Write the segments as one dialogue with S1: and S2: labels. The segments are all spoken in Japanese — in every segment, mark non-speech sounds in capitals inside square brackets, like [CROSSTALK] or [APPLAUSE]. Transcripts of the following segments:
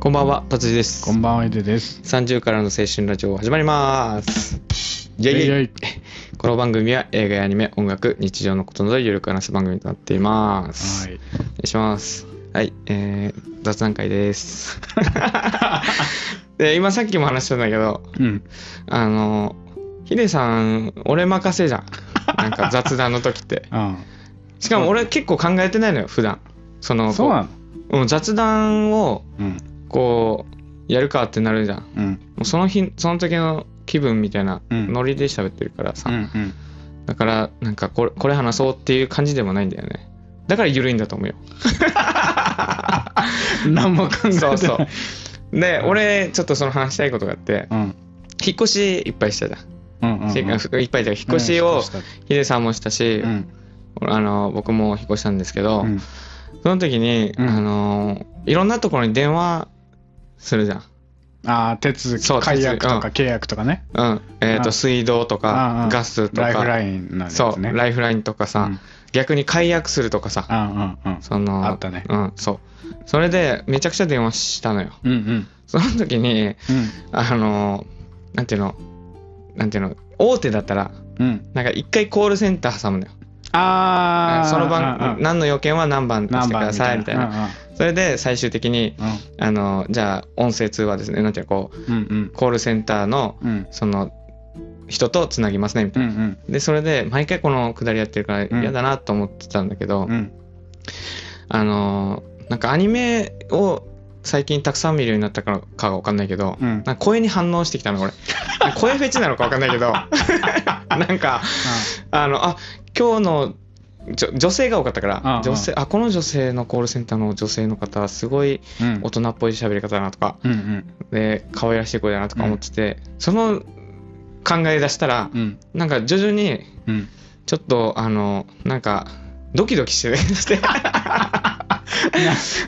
S1: こんばんは、達治です。
S2: こんばんは、エデです。
S1: 30からの青春ラジオ始まります。イェイイェイ
S2: イェイ
S1: この番組は映画やアニメ、音楽、日常のことなどゆるく話す番組となっています。
S2: はい。
S1: お願いします。はい、えー、雑談会
S2: [LAUGHS]
S1: です。で、今さっきも話したんだけど、
S2: うん。
S1: あの、ヒデさん、俺任せじゃん。なんか雑談の時って。
S2: あ
S1: しかも俺結構考えてないのよ、普段。その、
S2: あそうなの
S1: うん雑談を、
S2: うん。
S1: こう、やるかってなるじゃん。
S2: うん。
S1: もうその日その時の気分みたいな
S2: うん
S1: ノリで喋ってるからさ、
S2: うん。うん。
S1: だからなんかこれこれ話そうっていう感じでもないんだよねだから緩いんだと
S2: [LAUGHS]
S1: 思うよ
S2: 何も考えてない。
S1: [LAUGHS] そうそうで俺ちょっとその話したいことがあって
S2: うん。
S1: 引っ越しいっぱいしたじゃん、
S2: うん。うん。
S1: し
S2: うん。
S1: いっぱいじゃん引っ越しをヒデさんもしたし、
S2: うん。
S1: あの僕も引っ越したんですけど、
S2: うん。
S1: その時に、
S2: うん
S1: あのいろんなところに電話するじゃん
S2: ああ、手続き
S1: そう、
S2: 解約と
S1: 手
S2: か契約とかね。
S1: うんえっ、と
S2: あ
S1: 水道と
S2: あ
S1: か
S2: あ
S1: ガスとか
S2: ライフラインなんですね。
S1: そうライフラインとかさ、
S2: うん
S1: 逆に解約するとかさ
S2: ああ、うん。
S1: その
S2: あったね
S1: うんそうそれでめちゃくちゃ電話したのよ
S2: うん。うん。うん。
S1: その時にあのなんていうのなんていうの大手だったら
S2: うん。うん。
S1: なんか一回コールセンター挟むのよ
S2: ああ。
S1: その
S2: うん
S1: 番
S2: うん
S1: 何の要件は何番出して
S2: 何
S1: く
S2: 番
S1: ださいみたいな。それで最終的に
S2: うん
S1: あのじゃあ音声通話ですねなんていうのこう
S2: うん。うん。
S1: コールセンターの
S2: うん。
S1: その人とつなぎますねみた
S2: う
S1: い
S2: ん。う
S1: な、
S2: ん。
S1: でそれで毎回このくだりやってるから
S2: うん
S1: 嫌だなと思ってたんだけど、
S2: うん。うん。
S1: あのーなんかアニメを最近たくさん見るようになったからかわかんないけど、
S2: うん
S1: なんか声に反応してきたのこれ [LAUGHS] 声フェチなのかわかんないけど [LAUGHS] なんかあのあ今日のじょ女性が多かったから
S2: ああ
S1: 女性あこの女性のコールセンターの女性の方すごい
S2: うん
S1: 大。人っぽい喋り方だなとか
S2: うん。うん。
S1: で可愛らしい声だなとか思ってて、その考え出したら
S2: うん。
S1: なんか徐々に
S2: うん。
S1: ちょっとあのなんかドキドキ [LAUGHS] してして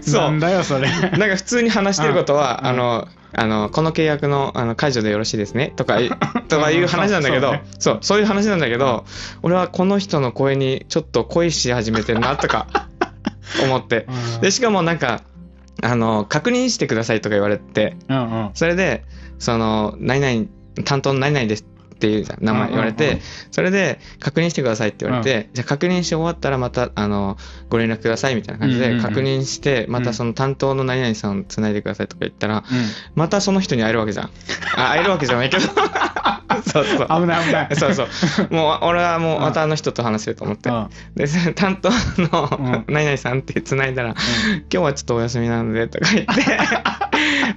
S1: そう
S2: なんだよ、それ。
S1: [LAUGHS] なんか普通に話してることは、
S2: うん
S1: あの、あの、この契約の、あの、解除でよろしいですね、とかい、とかいう話なんだけど、
S2: うん
S1: そうそう、いう話なんだけど、俺はこの人の声にちょっと恋し始めてるな、とか、思って。で、しかもなんか、あの、確認してくださいとか言われて、
S2: うんうん。
S1: それで、その、何々、担当の何々ですっていう名前言われ
S2: うんうん
S1: て
S2: うん、
S1: それで、確認してくださいって言われて、じゃあ確認し終わったらまた、あの、ご連絡くださいみたいな感じ
S2: うんうん
S1: で、
S2: うん
S1: 確認して、ま
S2: う
S1: た
S2: ん
S1: その担当の何々さんをつないでくださいとか言ったら、
S2: うん。
S1: またその人に会えるわけじゃん。あ会えるわけじゃない
S2: [LAUGHS]
S1: けど。そうそう。
S2: 危ない危 [LAUGHS] ない。
S1: そううそう。もう、俺はもう、またあの人と話せると思って。
S2: ん
S1: で、その担当の
S2: うん
S1: 何々さんって繋いだら、今日はちょっとお休みなんで、とか言って、
S2: [LAUGHS]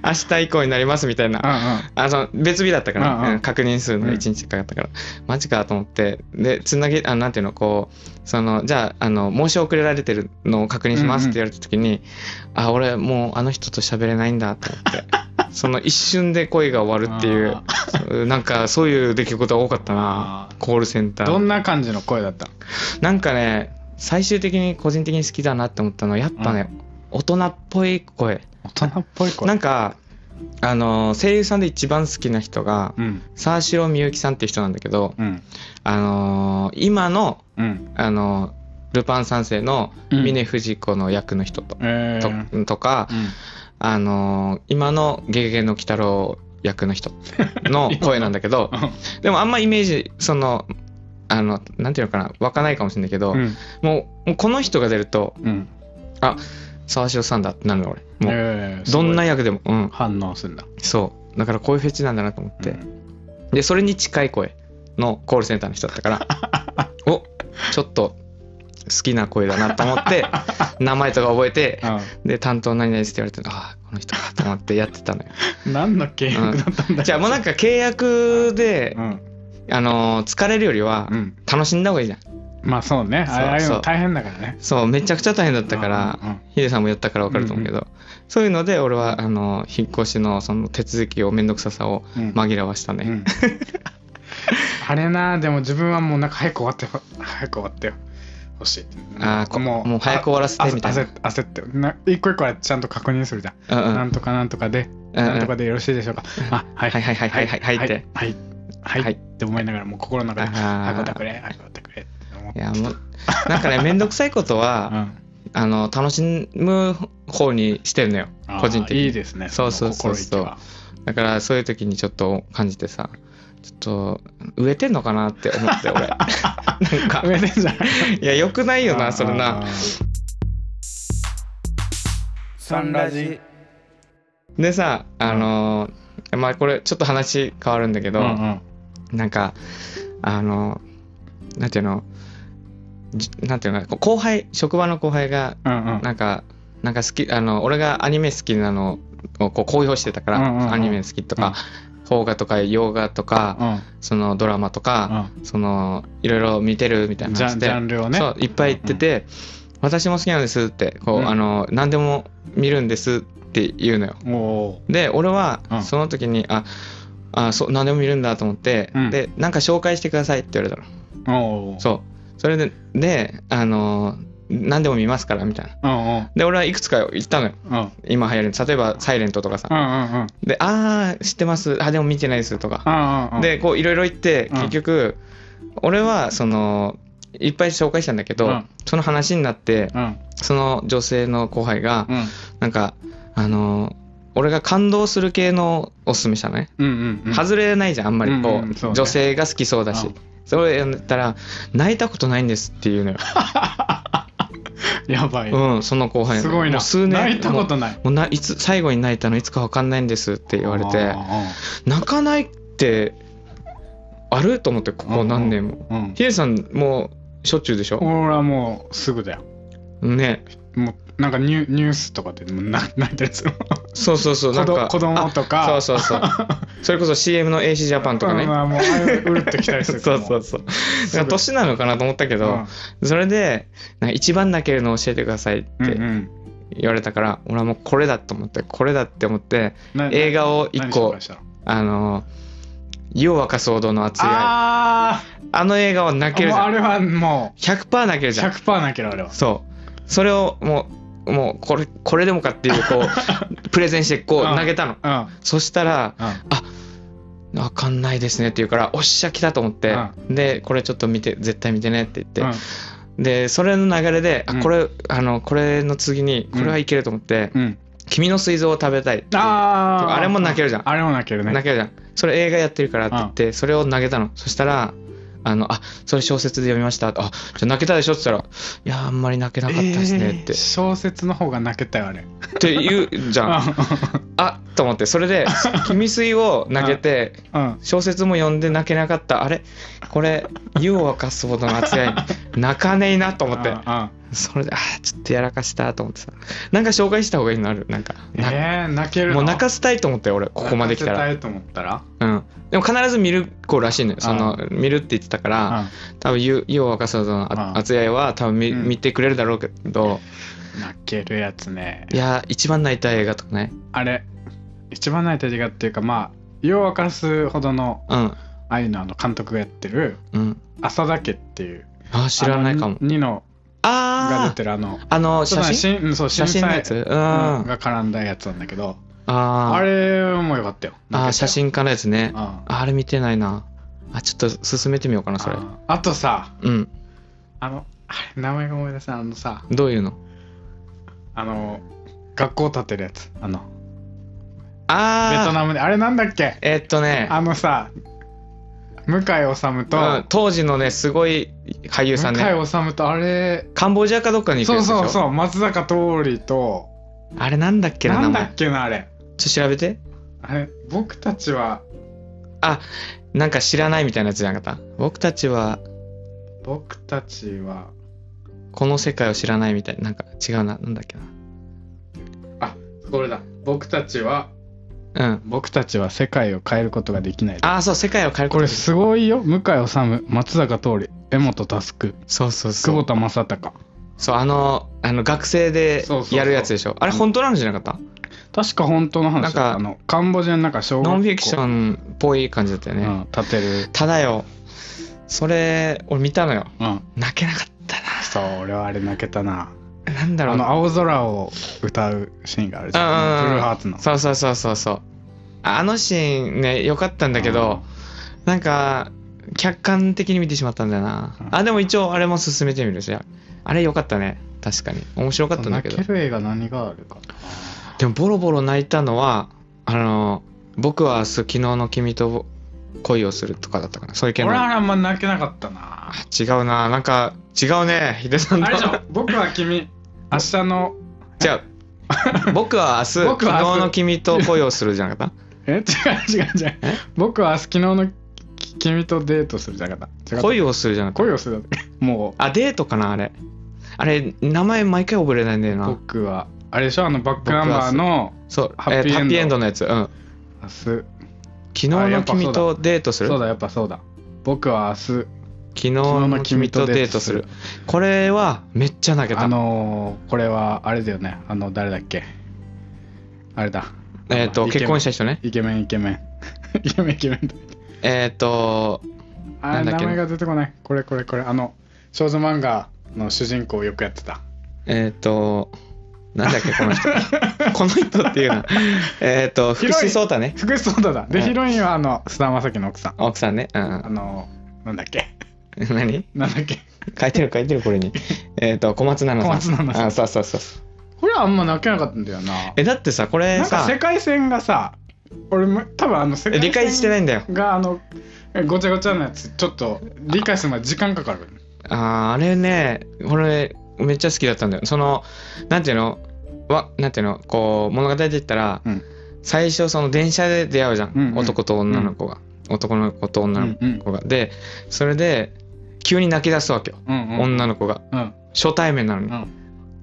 S1: 明日以降になりますみたいな。
S2: う
S1: あその別日だったから、
S2: うんうん
S1: うん確認するのが
S2: うん
S1: 1日かかったから、マジかと思ってでつなぎあなんていうのこうそのじゃああの申し遅れられてるのを確認しますって言われた時に、あ俺もうあの人と喋れないんだと思って
S2: [LAUGHS]
S1: その一瞬で恋が終わるっていう
S2: あ
S1: そうなんかそういう出来事が多かったな
S2: あー
S1: コールセンタ
S2: ん。ど
S1: ー
S2: んな感じの声だった
S1: なんかね最終的に個人的に好きだなって思ったのはやっぱね、大人っぽい声
S2: 大人っぽい声。
S1: なんかあの声優さんで一番好きな人が、
S2: うん。
S1: 沢城みゆきさんっていう人なんだけど、
S2: うん。
S1: あのー今の、
S2: うん。
S1: あのールパン三世の
S2: うん
S1: 峰不二子の役の人と,、
S2: えー
S1: ととか、あのー今の「ゲゲゲの鬼太郎」役の人
S2: [LAUGHS]
S1: の声なんだけどでもあんまイメージそのあのなんていうのかな湧かないかもしれないけど、
S2: うん。
S1: もうもうこの人が出ると
S2: うん。
S1: 沢城さんだってなるの俺もう、
S2: えー
S1: どんな役でも、うん
S2: すごい、反応するんだ。
S1: そうだからこういうフェチなんだなと思って、でそれに近い声のコールセンターの人だったから
S2: [LAUGHS]
S1: おちょっと好きな声だなと思って名前とか覚えてで担当何々ですって言われてああこの人かと思ってやってたのよ
S2: うん。 [LAUGHS] 何の契約だったんだ
S1: じゃあもうなんか契約で
S2: う、ん。
S1: あのー疲れるよりは
S2: うん。
S1: 楽しんだ方がいいじゃん
S2: まあそうね。
S1: そう
S2: ああいう
S1: そう
S2: の大変だからね。
S1: そうめちゃくちゃ大変だったから
S2: うんうんうん
S1: ヒデさんもやったから分かると思うけど、そういうので俺はあのー引っ越しのその手続きを面倒くささを
S2: うん
S1: 紛らわしたね、
S2: うん [LAUGHS] あれな、でも自分はもうなんか早く終わってほ、早く終わってよ。欲しい。
S1: あーこもう早く終わらせてみたいな
S2: あ焦焦ってな一個一個はちゃんと確認するじゃん、
S1: うんうん
S2: なんとかなんとかで、
S1: うんうん
S2: なんとかでよろしいでしょうか、あはい
S1: はいはいはいはいはいはいって
S2: はいはい、
S1: は
S2: はいい、って思いながらもう心の中で
S1: あー
S2: 早く終わってくれ早く終わってくれって思っ
S1: い
S2: て
S1: やもうなんかね面倒くさいことは、
S2: う
S1: あの楽しむ方にしてるのよ
S2: あー
S1: 個人的に
S2: いいですね
S1: そうそうそう
S2: その心意気は
S1: だからそういう時にちょっと感じてさちょっと植えてんのかなって思って
S2: [LAUGHS]
S1: 俺なんか
S2: 上でじゃない
S1: いやよくないよ
S2: あ
S1: な
S2: ー
S1: それな
S2: サンラジ
S1: でさあのーまあこれちょっと話変わるんだけど、
S2: うんうん
S1: なんかあのなんていうのじなんていうのかな後輩職場の後輩が
S2: うんうん
S1: なんかなんか好きあの俺がアニメ好きなのをこう公表してたから、
S2: うんうんうん
S1: アニメ好きとか、邦画とか洋画とか、
S2: うん
S1: そのドラマとか、そのいろいろ見てるみたい
S2: うん
S1: な
S2: ジャ
S1: 話
S2: ン
S1: で
S2: ジャンルをね
S1: そういっぱい言ってて、私も好きなんですってこう、
S2: うん
S1: あの何でも見るんですって言うのよ
S2: も
S1: で俺は
S2: うん
S1: その時に、ああそう何でも見るんだと思って、
S2: うん
S1: でなんか紹介してくださいって言われたの
S2: うおう
S1: そうそれでであの何でも見ますからみたいな
S2: うんうん
S1: で俺はいくつか言ったのよ
S2: うんうん
S1: 今流行る例えば「サイレントとかさ、
S2: うんうん
S1: で「ああ知ってますあでも見てないです」とか、
S2: うんうん
S1: でこういろいろ言って
S2: うん
S1: 結局、俺はそのいっぱい紹介したんだけど、
S2: うん
S1: その話になって
S2: うん
S1: その女性の後輩が、
S2: うん
S1: なんかあの俺が感動する系のおすすめしたのね、
S2: うんうん
S1: 外れないじゃんあんまりこう,、
S2: うんうんそうね
S1: 女性が好きそうだし、
S2: うん
S1: それやったら泣いたことないんですっていうのよ、
S2: やばい
S1: うん、その後輩
S2: すごい
S1: も
S2: な
S1: う数年
S2: 泣いたこ
S1: も
S2: とないう
S1: もうないつ最後に泣いたのいつか分かんないんですって言われて
S2: う
S1: 泣かないってあると思ってここ何年も
S2: んうんうん
S1: ヒデさんもうしょっちゅうでしょ
S2: 俺はもうすぐだよ
S1: ね
S2: もうなんかニュニュースとかでもな [LAUGHS] 泣いたやつ
S1: そうそうそうなんか
S2: 子供子供とか
S1: あそうそうそうそれこそ CM の AC ジャパンとかね
S2: うんまあもうああいううるっときたり
S1: [LAUGHS]
S2: す
S1: そう
S2: る
S1: そうそう
S2: う
S1: そうなんか年なのかなと思ったけ
S2: け
S1: ど、それでなんか一番泣けるの教えてくださいっ
S2: うんう
S1: て
S2: ん
S1: 言われたから、俺はもうこれだと思ってこれだって思って
S2: な
S1: 映画を一個
S2: 何紹介したの
S1: あの湯を沸かすほどの熱い愛あ
S2: あ
S1: の映画は泣
S2: あ
S1: けるじ
S2: もう
S1: ゃ
S2: あ
S1: ん
S2: れはも
S1: 100%泣け
S2: う
S1: るじゃん
S2: 100%泣けるあれは
S1: そうそれをもうもうこれこれでもかっていうこ
S2: [LAUGHS]
S1: うプレゼンしてこう
S2: うん
S1: 投げたの
S2: うん
S1: そしたら
S2: う
S1: 「
S2: ん
S1: わかんないですね」って言うから「おっしゃ来た」と思ってでこれちょっと見て絶対見てねって言ってでそれの流れで、あ
S2: うん
S1: これあのこれの次にこれはいけると思って「
S2: うんうん
S1: 君の膵臓を食べたい」
S2: ああ
S1: あれも泣けるじゃん
S2: あれも泣けるね
S1: 泣けるじゃんそれ映画やってるからって言ってそれを投げたのそしたら「あのあそれ小説で読みました」あじゃあ泣けたでしょ?」って言ったら「いやあんまり泣けなかったですね」って、
S2: えー小説の方が泣けたよあれ
S1: って言うじゃんあと思ってそれ
S2: [LAUGHS]
S1: で「君水」を投げて
S2: うんうん
S1: 小説も読んで泣けなかったあれこれ湯を沸かすほどの熱い愛泣かねえなと思って
S2: うんうん
S1: それであーちょっとやらかしたと思ってさなんか紹介した方がいいのあるなんか、な
S2: えー泣けるの
S1: もう泣かせたいと思って俺ここまで来たら
S2: 泣かせたいと思ったら
S1: うんでも必ず見る子らしいのよその見るって言ってたから多分湯湯を沸かすほどの
S2: あ
S1: あ熱い愛は多分見,、
S2: うん
S1: 見てくれるだろうけど
S2: うん泣けるやつね
S1: いやー一番泣いた映画とかね
S2: あれ一番泣いた映画っていうかまあ湯を沸かすほどの
S1: うん
S2: 愛のあの監督がやってる
S1: うん
S2: 浅田家っていう
S1: あー知らないかも
S2: あのニノが
S1: あ
S2: 出てるあの
S1: ああの写真
S2: 真うんそう
S1: 写真のやつうん、
S2: 震災うん
S1: あ
S2: が絡んだやつなんだけど
S1: あ
S2: あ
S1: あ
S2: れもよかったよ
S1: あー写真家のやつね
S2: うんあ
S1: あれ見てないなあちょっと進めてみようかなそれ
S2: あとさ
S1: うん
S2: あのあれ名前が思い出せないあのさ
S1: どういうの
S2: あの学校建てるやつあのベト
S1: ああ
S2: ナムであれなんだっけ
S1: えーっとね
S2: あのさ向井治と、
S1: うん当時のねすごい俳優さんね
S2: 向井治とあれ
S1: カンボジアかどっかに行く
S2: そ
S1: や
S2: う
S1: つでしょ
S2: そうそう松坂桃李と
S1: あれなんだっけな
S2: な
S1: 名
S2: んだ
S1: 前
S2: っけなあれ
S1: ちょっと調べて
S2: あれ僕たちは
S1: なんか知らないみたいなやつじゃなかった僕たちは
S2: 僕たちは
S1: この世界を知らないみたいなんか違うななんだっけ
S2: あこれだ僕たちは
S1: なうん
S2: 僕たちは世界を変えることができない
S1: ああそう世界を変える
S2: これ
S1: そ
S2: すごいよ向井治松坂桃李江本佑
S1: うそう
S2: 久
S1: そ
S2: 保
S1: う
S2: 田正孝
S1: そうあのあの学生で
S2: そうそうそう
S1: やるやつでしょあれ本当なんじゃなかっ
S2: 確か本当の話だった
S1: なんか
S2: あのカンボジアの中小
S1: た
S2: 学校
S1: ノンフィクションっぽい感じだったよね、
S2: うん、建てる
S1: ただよそれ俺見たのよ
S2: うん
S1: 泣けなかった
S2: そう俺はあれ泣けたな
S1: ななんだろ
S2: あ
S1: う
S2: の
S1: な
S2: 青空を歌うシーンがあるじゃん
S1: うんうんうん
S2: ブルーハーツの
S1: そうそうそうそうそうあのシーンね良かったんだけどなんか客観的に見てしまったんだよな
S2: うん
S1: あでも一応あれも進めてみるしあれ良かったね確かに面白かったんだけど
S2: 泣ける映画何があるか
S1: でもボロボロ泣いたのはあの僕は明日昨日の君と恋をするとかだったかなそういう系の
S2: 俺
S1: あ
S2: はあんま泣けなかったな
S1: 違うななんか違うねヒデさん
S2: あれでし
S1: と [LAUGHS]
S2: ょ僕は君明日の
S1: じゃ
S2: [LAUGHS]
S1: あ僕は明日
S2: 僕は明日
S1: 昨日の君と恋をするじゃなかっ
S2: え違う違う違う
S1: え
S2: 僕は明日昨日のき君とデートするじゃなかった
S1: た
S2: [LAUGHS] 違う
S1: 恋をするじゃなかっ
S2: 恋をするだっても
S1: たあデートかなあれあれ名前毎回覚えれないんだよ
S2: う
S1: な
S2: 僕はあれでしょあのバックナンバーの
S1: そう
S2: ハ
S1: え
S2: ッピーエンド
S1: ハッピーエンドのやつうん
S2: 明日そ
S1: 昨日の君とデートする
S2: うだやっぱそうだ僕は明日
S1: 昨日の君とデートするこれはめっちゃ泣けた
S2: あのーこれはあれだよねあの誰だっけあれだ
S1: えっ、と
S2: イケメ
S1: 結
S2: ン
S1: 婚した人ね
S2: イケメンイケメン [LAUGHS] イケメンイケメン
S1: えっ、と
S2: あ
S1: な
S2: れ
S1: んだっ
S2: 名
S1: け
S2: 前が出てこないこれこれこれあの少女漫画の主人公をよくやってた
S1: えっ、となんだっけこの
S2: [LAUGHS]
S1: 人 [LAUGHS] この人っていうなえっ、と福士蒼太ね
S2: 福士蒼太だで
S1: うん
S2: ヒロインはあの菅田将暉の奥さん
S1: 奥さんねう
S2: あ
S1: ん
S2: のなんだっけ [LAUGHS]
S1: 何
S2: なんだっけ
S1: 書いてる書いてるこれ
S2: [LAUGHS]
S1: にえっと小松菜奈さん
S2: 小松菜奈さん
S1: あそうそうそうそう
S2: これはあんま泣けなかったんだよな
S1: えだってさこれ
S2: なんか
S1: さ
S2: 世界線がさ俺も多分あの世界線
S1: 理解してないんだよ
S2: があのごちゃごちゃなやつちょっと理解するまで時間かかる
S1: あーあれねこれめっちゃ好きだったんだよそのなんていうのわなんていうのこう物語で言ったら、
S2: うん
S1: 最初その電車で出会うじゃん、
S2: うんうん
S1: 男と女の子が、男の子と女の子が、でそれで急に泣き出すわけよ、
S2: うんうん
S1: 女の子が
S2: うん
S1: 初対面なのに、
S2: うん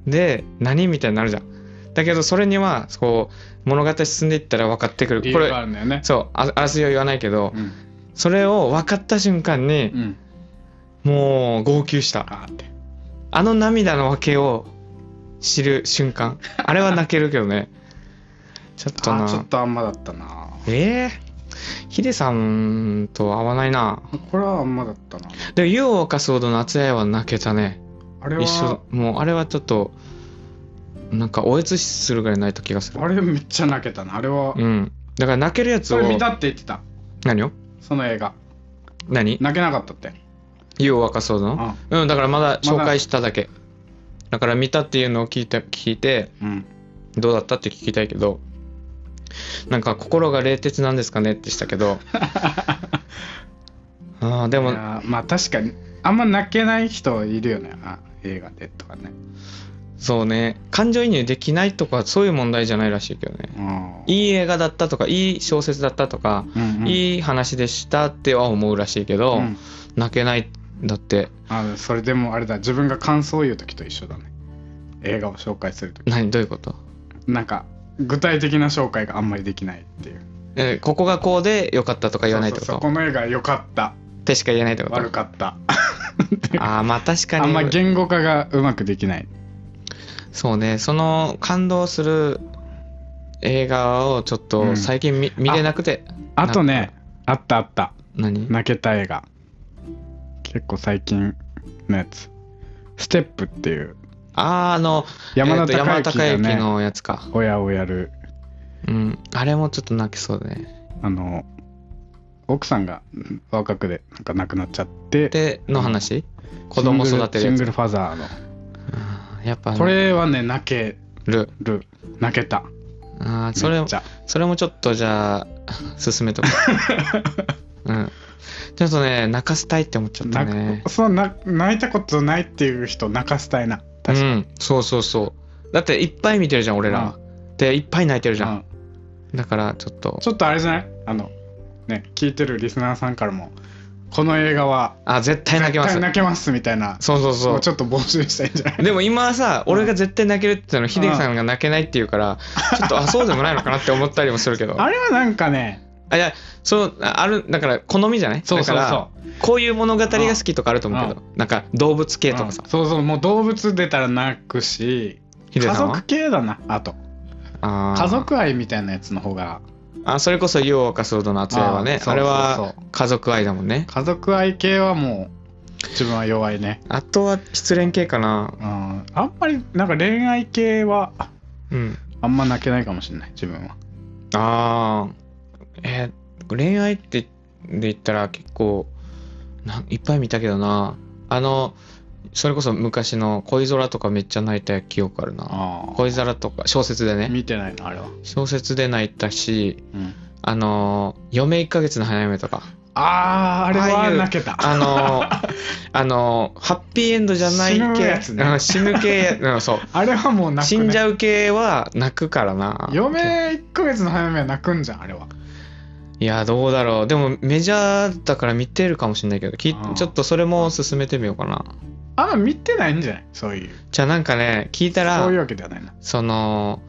S1: で何みたいになるじゃんだけどそれにはこう物語進んでいったら分かってくる
S2: 理
S1: こ
S2: 由があ
S1: れ
S2: るんだよね
S1: そうああらすじは言わないけど、
S2: うん
S1: それを分かった瞬間に
S2: う、ん
S1: もう号泣した
S2: あーって
S1: あの涙の訳を知る瞬間。あれは泣けるけど
S2: [LAUGHS]
S1: ね。ちょっと
S2: あ
S1: な。
S2: ーちょっとあんまだったな
S1: ええヒデさんと合わないな。
S2: これはあんまだったな
S1: でも、湯を沸かすほど夏やは泣けたね。
S2: あれ
S1: 一
S2: は
S1: 緒。もう、あれはちょっと、なんか、おえつするぐらい泣いた気がする
S2: あ。れめっちゃ泣けたなあれは、
S1: うん。だから泣けるやつ
S2: そ
S1: を
S2: れ、見たって言ってた
S1: 何を
S2: その映画
S1: 何
S2: 泣けなかったって
S1: 湯を沸かすほどのうん、だからまだ紹
S2: まだ
S1: 介しただけ。だから見たっていうのを聞いた、聞いて、
S2: うん
S1: どうだったって聞きたいけどなんか心が冷徹なんですかねってしたけ
S2: [LAUGHS]
S1: どああで
S2: い
S1: も
S2: やーまあ確かにあんま泣けない人いるよねあ映画でとかね
S1: そうね感情移入できないとかそういう問題じゃないらしいけどね
S2: うん
S1: いい映画だったとかいい小説だったとか、
S2: うんうん
S1: いい話でしたっては思うらしいけど、
S2: うん
S1: 泣けないんだって
S2: あそれでもあれだ自分が感想を言う時と一緒だね映画を紹介する時
S1: 何どういうこと
S2: なんか具体的な紹介があんまりできないっていう
S1: えここがこうで良かったとか言わないってこと
S2: そうそうそうこの映画良かった
S1: ってしか言えないってこと
S2: 悪かった
S1: ああまあ確かに
S2: あんま言語化がうまくできない
S1: そうね、その感動する映画をちょっと最近見,、見れなくて。
S2: あとねあったあった
S1: 何
S2: 泣けた映画結構最近のやつ「ステップっていう
S1: あー、あの、
S2: 山田
S1: えーと
S2: 孝之が
S1: 山田孝之
S2: ね
S1: のやつか。
S2: 親をやる
S1: うん。あれもちょっと泣きそうだね。
S2: あの奥さんがうん若くでなんか亡くなっちゃって
S1: で、の話子供育てる
S2: シ
S1: や
S2: ング
S1: つ
S2: ル。ファザーの
S1: あーやっぱ、ね、
S2: これはね泣け
S1: る。
S2: る泣けた
S1: ああ、そ
S2: め
S1: れ
S2: っち、ゃ
S1: それもちょっとじゃあ、進めとく。
S2: [LAUGHS]
S1: うん。ちょっとね、泣かせたいって思っちゃった
S2: 泣
S1: ね
S2: く。そうな泣いたことないっていう人泣かせたいな
S1: う
S2: 確かに、
S1: ん。そうそうそう。だっていっぱい見てるじゃん、俺ら。で、いっぱい泣いてるじゃ
S2: うん
S1: ん。だから、ちょっと。
S2: ちょっとあれじゃないあのね聞いてるリスナーさんからもこの映画は
S1: あ、絶対泣けます
S2: 絶対。泣けますみたいな
S1: そうそう
S2: も
S1: そう。
S2: ちょっと募集したいんじゃないう
S1: でも今はさ、俺が絶対泣けるって言ったの、ヒデさんが泣けないって言うから、ちょっと、
S2: [LAUGHS]
S1: あ、そうでもないのかなって思ったりもするけど。
S2: あれはなんかね
S1: あ、いや、そう、あある、だから、好みじゃない
S2: そうそう
S1: だか
S2: そう
S1: ら、こういう物語が好きとかあると思うけど、なんか、動物系と
S2: うん
S1: かさ、
S2: そうそうもう動物出たら泣くし
S1: ヒデ
S2: 家
S1: さん
S2: 族
S1: は。
S2: 系だなあと
S1: あー
S2: 家族愛みたいなやつの方が
S1: あ、それこそ、湯を沸かすほどの熱いはね、
S2: あー
S1: あれ
S2: そうそう
S1: は
S2: そ
S1: 家族愛だもんね。
S2: 家族愛系はもう自分は弱いね
S1: あとは、失恋系かな
S2: う。んあんまりなんか恋愛系は
S1: うん。
S2: あんま泣けないかもしれない自分は
S1: ああ、えー恋愛ってで言ったら結構なんいっぱい見たけどなあのそれこそ昔の恋空とかめっちゃ泣いた記憶あるな。
S2: あ
S1: 恋空とか小説で
S2: あ
S1: ね。
S2: 見てないのあれは、
S1: 小説で泣いたし、
S2: うん、
S1: あのー、嫁1ヶ月の花嫁とか。
S2: ああーあれ
S1: ああ
S2: は
S1: いう
S2: 泣けた
S1: あのー、あのー、ハッピーエンドじゃない系。
S2: 死ぬやつね
S1: うん死ぬ系、うん、そう。
S2: あれはもう泣く、
S1: 死
S2: ね、
S1: んじゃう系は泣くからな。
S2: 嫁1ヶ月の早めは泣くんじゃんあれはい
S1: や、どうだろう。でもメジャーだから見てるかもしれないけど、き
S2: あー
S1: ちょっとそれも進めてみようかな。
S2: あんま見てないんじゃないそういう
S1: じゃあなんかね、聞いたら、
S2: そういう
S1: そ
S2: わけではないな
S1: の、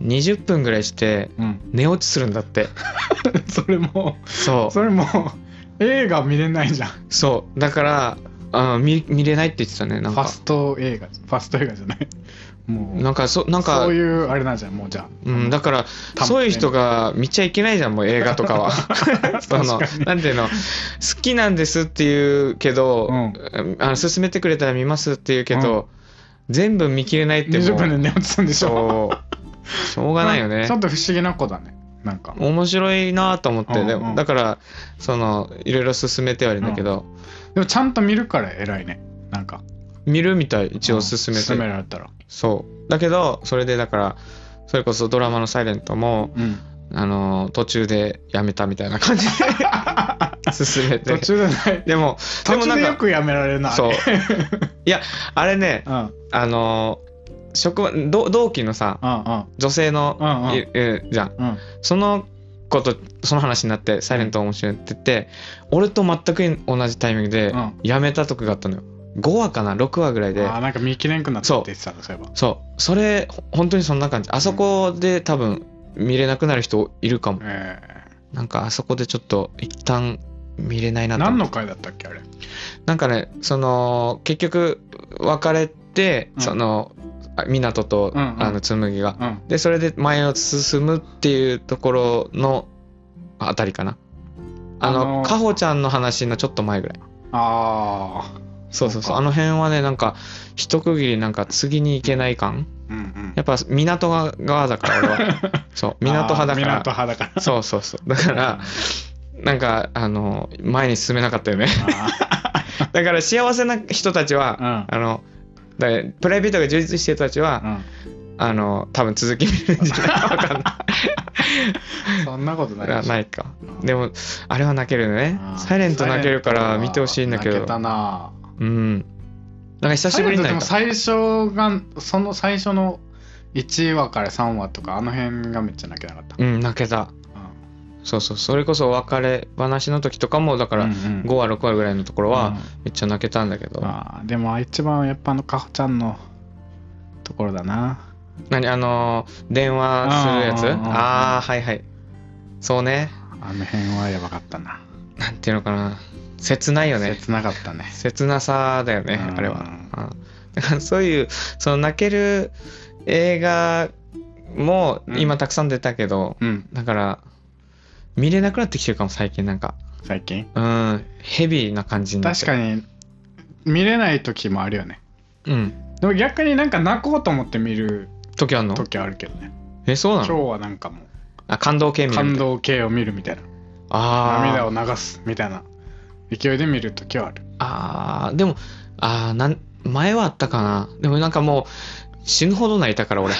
S1: 20分ぐらいして
S2: うん [LAUGHS]
S1: 寝落ちするんだって。
S2: それも
S1: そ
S2: それも映画見れないじゃん
S1: う。そう。だから、あ見見れないって言ってたね。なん
S2: ファ
S1: か、
S2: スト映画ファスト映画じゃないもう
S1: なんか、そなんか
S2: そういうあれなんじゃんもうじゃあ
S1: うん、だから、
S2: ね
S1: そういう人が見ちゃいけないじゃん、もう映画と
S2: [LAUGHS]
S1: かは。その
S2: 確か、に
S1: なんていうの、好きなんですっていうけど、
S2: うん
S1: あの、勧めてくれたら見ますっていうけど、全部見切れないっても
S2: 20
S1: う、
S2: 分で寝落ちたんでしょ
S1: そう、しょうがないよ
S2: [LAUGHS]
S1: ね
S2: ちょ。っと不思議な子だねなんか
S1: 面白いなと思って、で
S2: うんうん
S1: だから、その、いろいろ勧めてはいるんだけど、
S2: でもちゃんと見るから偉いねなんか
S1: 見るみたい、一応勧め
S2: 勧め
S1: て。
S2: られたら
S1: そう。だけど、それでだから、それこそドラマの「サイレントも [LAUGHS]
S2: うん
S1: あの途中でやめたみたいな感じ
S2: [LAUGHS]
S1: で進めて
S2: 途中でない
S1: でも、で
S2: 途
S1: も
S2: 中
S1: なん
S2: でよ
S1: か、
S2: くやめられるない
S1: そう。いや、あれね、
S2: うんうん
S1: あの、職場、同同期のさ、
S2: うん
S1: 女性の、
S2: うんうん
S1: いえじゃん。
S2: うん
S1: その子と、その話になって、サイレント面白いって言って、俺と全く同じタイミングで
S2: うん、
S1: 辞めたとこがあったのよ。5話かな ?6 話ぐらいで
S2: あ。ーなんか見切れんくなったって言ってたのそういえば
S1: そう。それ、ほ本当にそんな感じ。あそこで多分、見れなくなる人いるかも。
S2: え
S1: なんか、あそこでちょっと、一旦、見れない
S2: ー
S1: なと思って
S2: 何の回だったっけあれ
S1: なんかねその結局別れて、
S2: うん
S1: そのあ湊と、
S2: うんうん
S1: あの紬が
S2: うん
S1: でそれで前を進むっていうところのあたりかなあの、
S2: あのー
S1: かほちゃんの話のちょっと前ぐらい
S2: ああ
S1: そうそうそう
S2: そうか
S1: あの辺はねなんか一区切りなんか次に行けない感
S2: うんうん
S1: やっぱ港側だから俺
S2: [LAUGHS]
S1: はそう港派だか
S2: あー港
S1: ら
S2: 派だか
S1: [LAUGHS]
S2: ら
S1: そうそうそうだからなんかあの前に進めなかった
S2: [LAUGHS]
S1: よねだから幸せな人たちは、
S2: あ
S1: あのだからプライベートが充実してる人たちは、
S2: ー
S1: あの多分続き見るんじゃないか分かん
S2: うんそんなことない
S1: ない
S2: でしょ
S1: ないかでもあれは泣けるよね
S2: あー
S1: サイレント泣けるから見てほしいんだけ
S2: 泣
S1: ど
S2: けたなぁ
S1: うんなんか久しぶりに
S2: サイレントで
S1: 泣い
S2: も
S1: た
S2: 最初がその最初の1話から3話とかあの辺がめっちゃ泣けなかった
S1: うん泣けたそうそうそれこそお別れ話の時とかもだから5
S2: 5
S1: 話6話ぐらいのところはめっちゃ泣けたんだけど、
S2: でも一番やっぱあのかほちゃんのところだな
S1: 何あのー電話するやつ
S2: う
S1: あ
S2: んうんうんうん
S1: あーはいはいそうね
S2: あの辺はやばかったな
S1: なんていうのかな切ないよね
S2: 切なかったね
S1: 切なさだよね
S2: うん
S1: あれはうんだ [LAUGHS] からそういうその泣ける映画も
S2: うん
S1: 今たくさん出たけど、
S2: うん
S1: だから見れなくなってきてるかも最近なんか
S2: 最近
S1: うんヘビーな感じになって
S2: 確かに見れない時もあるよね
S1: にうん
S2: でも逆になんか泣こうと思って見る
S1: 時あんの
S2: 時あるけどね
S1: えそう
S2: 今
S1: な
S2: 日
S1: の
S2: はなんかも
S1: あ感動系
S2: う
S1: 見
S2: 感
S1: る
S2: 動系を見るみたいな
S1: あー
S2: 涙を流すみたいな勢いで見る
S1: [LAUGHS]
S2: 時はある
S1: あーでもあーなん前はあったかなでもなんかもう死ぬほど泣いたから
S2: [LAUGHS]
S1: 俺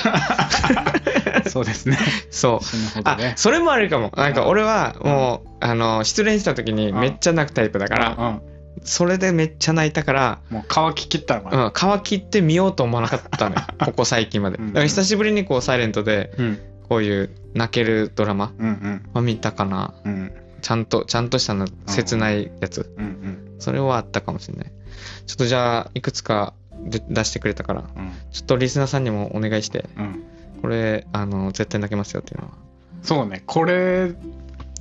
S2: そうですね。
S1: そう
S2: [LAUGHS] 死ぬほど
S1: あ
S2: ね。
S1: それもあるかもなんか俺はもう、あの失恋した時にめっちゃ泣くタイプだから、
S2: う
S1: それでめっちゃ泣いたから、
S2: ん、もう乾ききったの
S1: う
S2: か
S1: ん、皮切ってみようと思わなかった [LAUGHS] のよここ最近まで
S2: うんうん
S1: だから久しぶりにこう「サイレントで
S2: うん、うん、
S1: こういう泣けるドラマ
S2: うん、
S1: を見たかな
S2: うん、うん、
S1: ちゃんとちゃんとしたの切ないやつ、
S2: うん、うん、
S1: それはあったかもしれないちょっとじゃあいくつかで出してくれたからちょっとリスナーさんにもお願いして
S2: うん。
S1: これあの絶対泣けますよっていうのは
S2: そうね、これ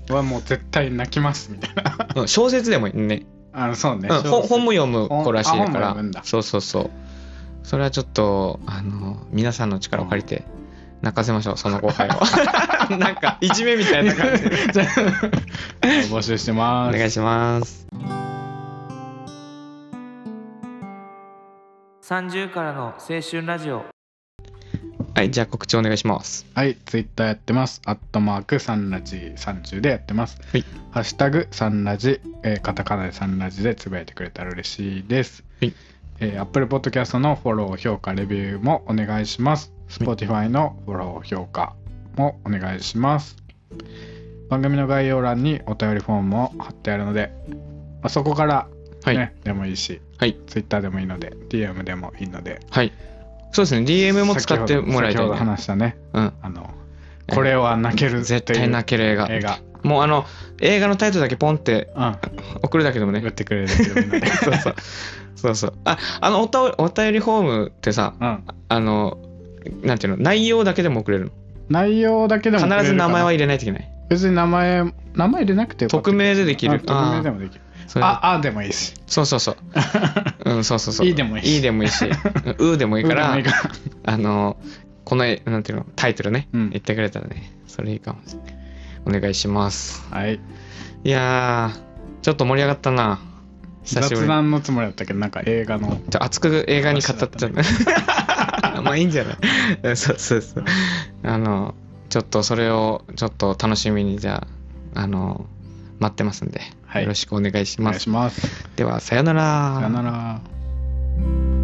S2: はもう絶対泣きますみたいな。
S1: うん小説でもいいね
S2: あの、そうね。
S1: うん、本本も読む子らしい
S2: 本あ本も
S1: か
S2: 読むんだ
S1: らそうそうそうそれはちょっとあの皆さんの力を借りて泣かせましょうその後輩 [LAUGHS] をなんかいじめみたいな感じで
S2: [LAUGHS] じゃあ募集し
S1: [LAUGHS]
S2: て
S1: お
S2: ます。
S1: 願いします
S3: 30からの青春ラジオ
S1: はいじゃあ告知お願いします
S2: はい、ツイッターやってます。アットマークサンラジ30でやってます。
S1: はい
S2: ハッシュタグサンラジ、えーカタカナでサンラジでつぶやいてくれたら嬉しいです。
S1: はい
S2: えー、Apple Podcast のフォロー、評価、レビューもお願いします。Spotify のフォロー、評価もお願いします。番組の概要欄にお便りフォームも貼ってあるので、まあ、そこから、
S1: はい
S2: ねでもいいし、
S1: はい
S2: Twitter でもいいので、DM でもいいので、
S1: はいそうですね DM も使ってもらいたい
S2: 先ほど
S1: ね
S2: 話したね、
S1: うん
S2: あの、これは泣けるっていう
S1: 絶対泣ける映画
S2: 映画。
S1: もうあの映画のタイトルだけポンって
S2: うん、
S1: 送るだけでも
S2: [LAUGHS] 言っ
S1: ね
S2: てくれるっていうみんな
S1: [LAUGHS]
S2: で
S1: そうそうそうそうああのおたおお便りフォームってさ
S2: うん、
S1: あのなんていうの内容だけでも送れる
S2: 内容だけで
S1: の
S2: もくれるか
S1: 必
S2: な
S1: ず名前は入れないといけない
S2: 別に名前名前入れなくてよかった
S1: 匿名でできる
S2: あ匿名でもできる
S1: それ
S2: ああでもいいし
S1: そうそう
S2: [LAUGHS]
S1: そううんそうそうそう
S2: い
S1: い
S2: いでもいいし
S1: いいでもいい
S2: [LAUGHS]
S1: しうんうーでもいいから
S2: うんでもいいから
S1: あのこのなんていうのタイトルね、
S2: うん
S1: 言ってくれたらねそれいいかもしれないお願いします [LAUGHS]
S2: はい
S1: いやーちょっと盛り上がったな久しぶ
S2: 雑
S1: りに
S2: 談のつもりだったけどなんか映画の
S1: ちょ熱く映画に語っちゃったね [LAUGHS] まあいいんじゃない [LAUGHS] そうそうそうあのちょっとそれをちょっと楽しみにじゃああの待ってますんで、
S2: はい
S1: よろしくお願いし
S2: お
S1: ま
S2: 願い
S1: す
S2: します
S1: ではさよなら
S2: さよなら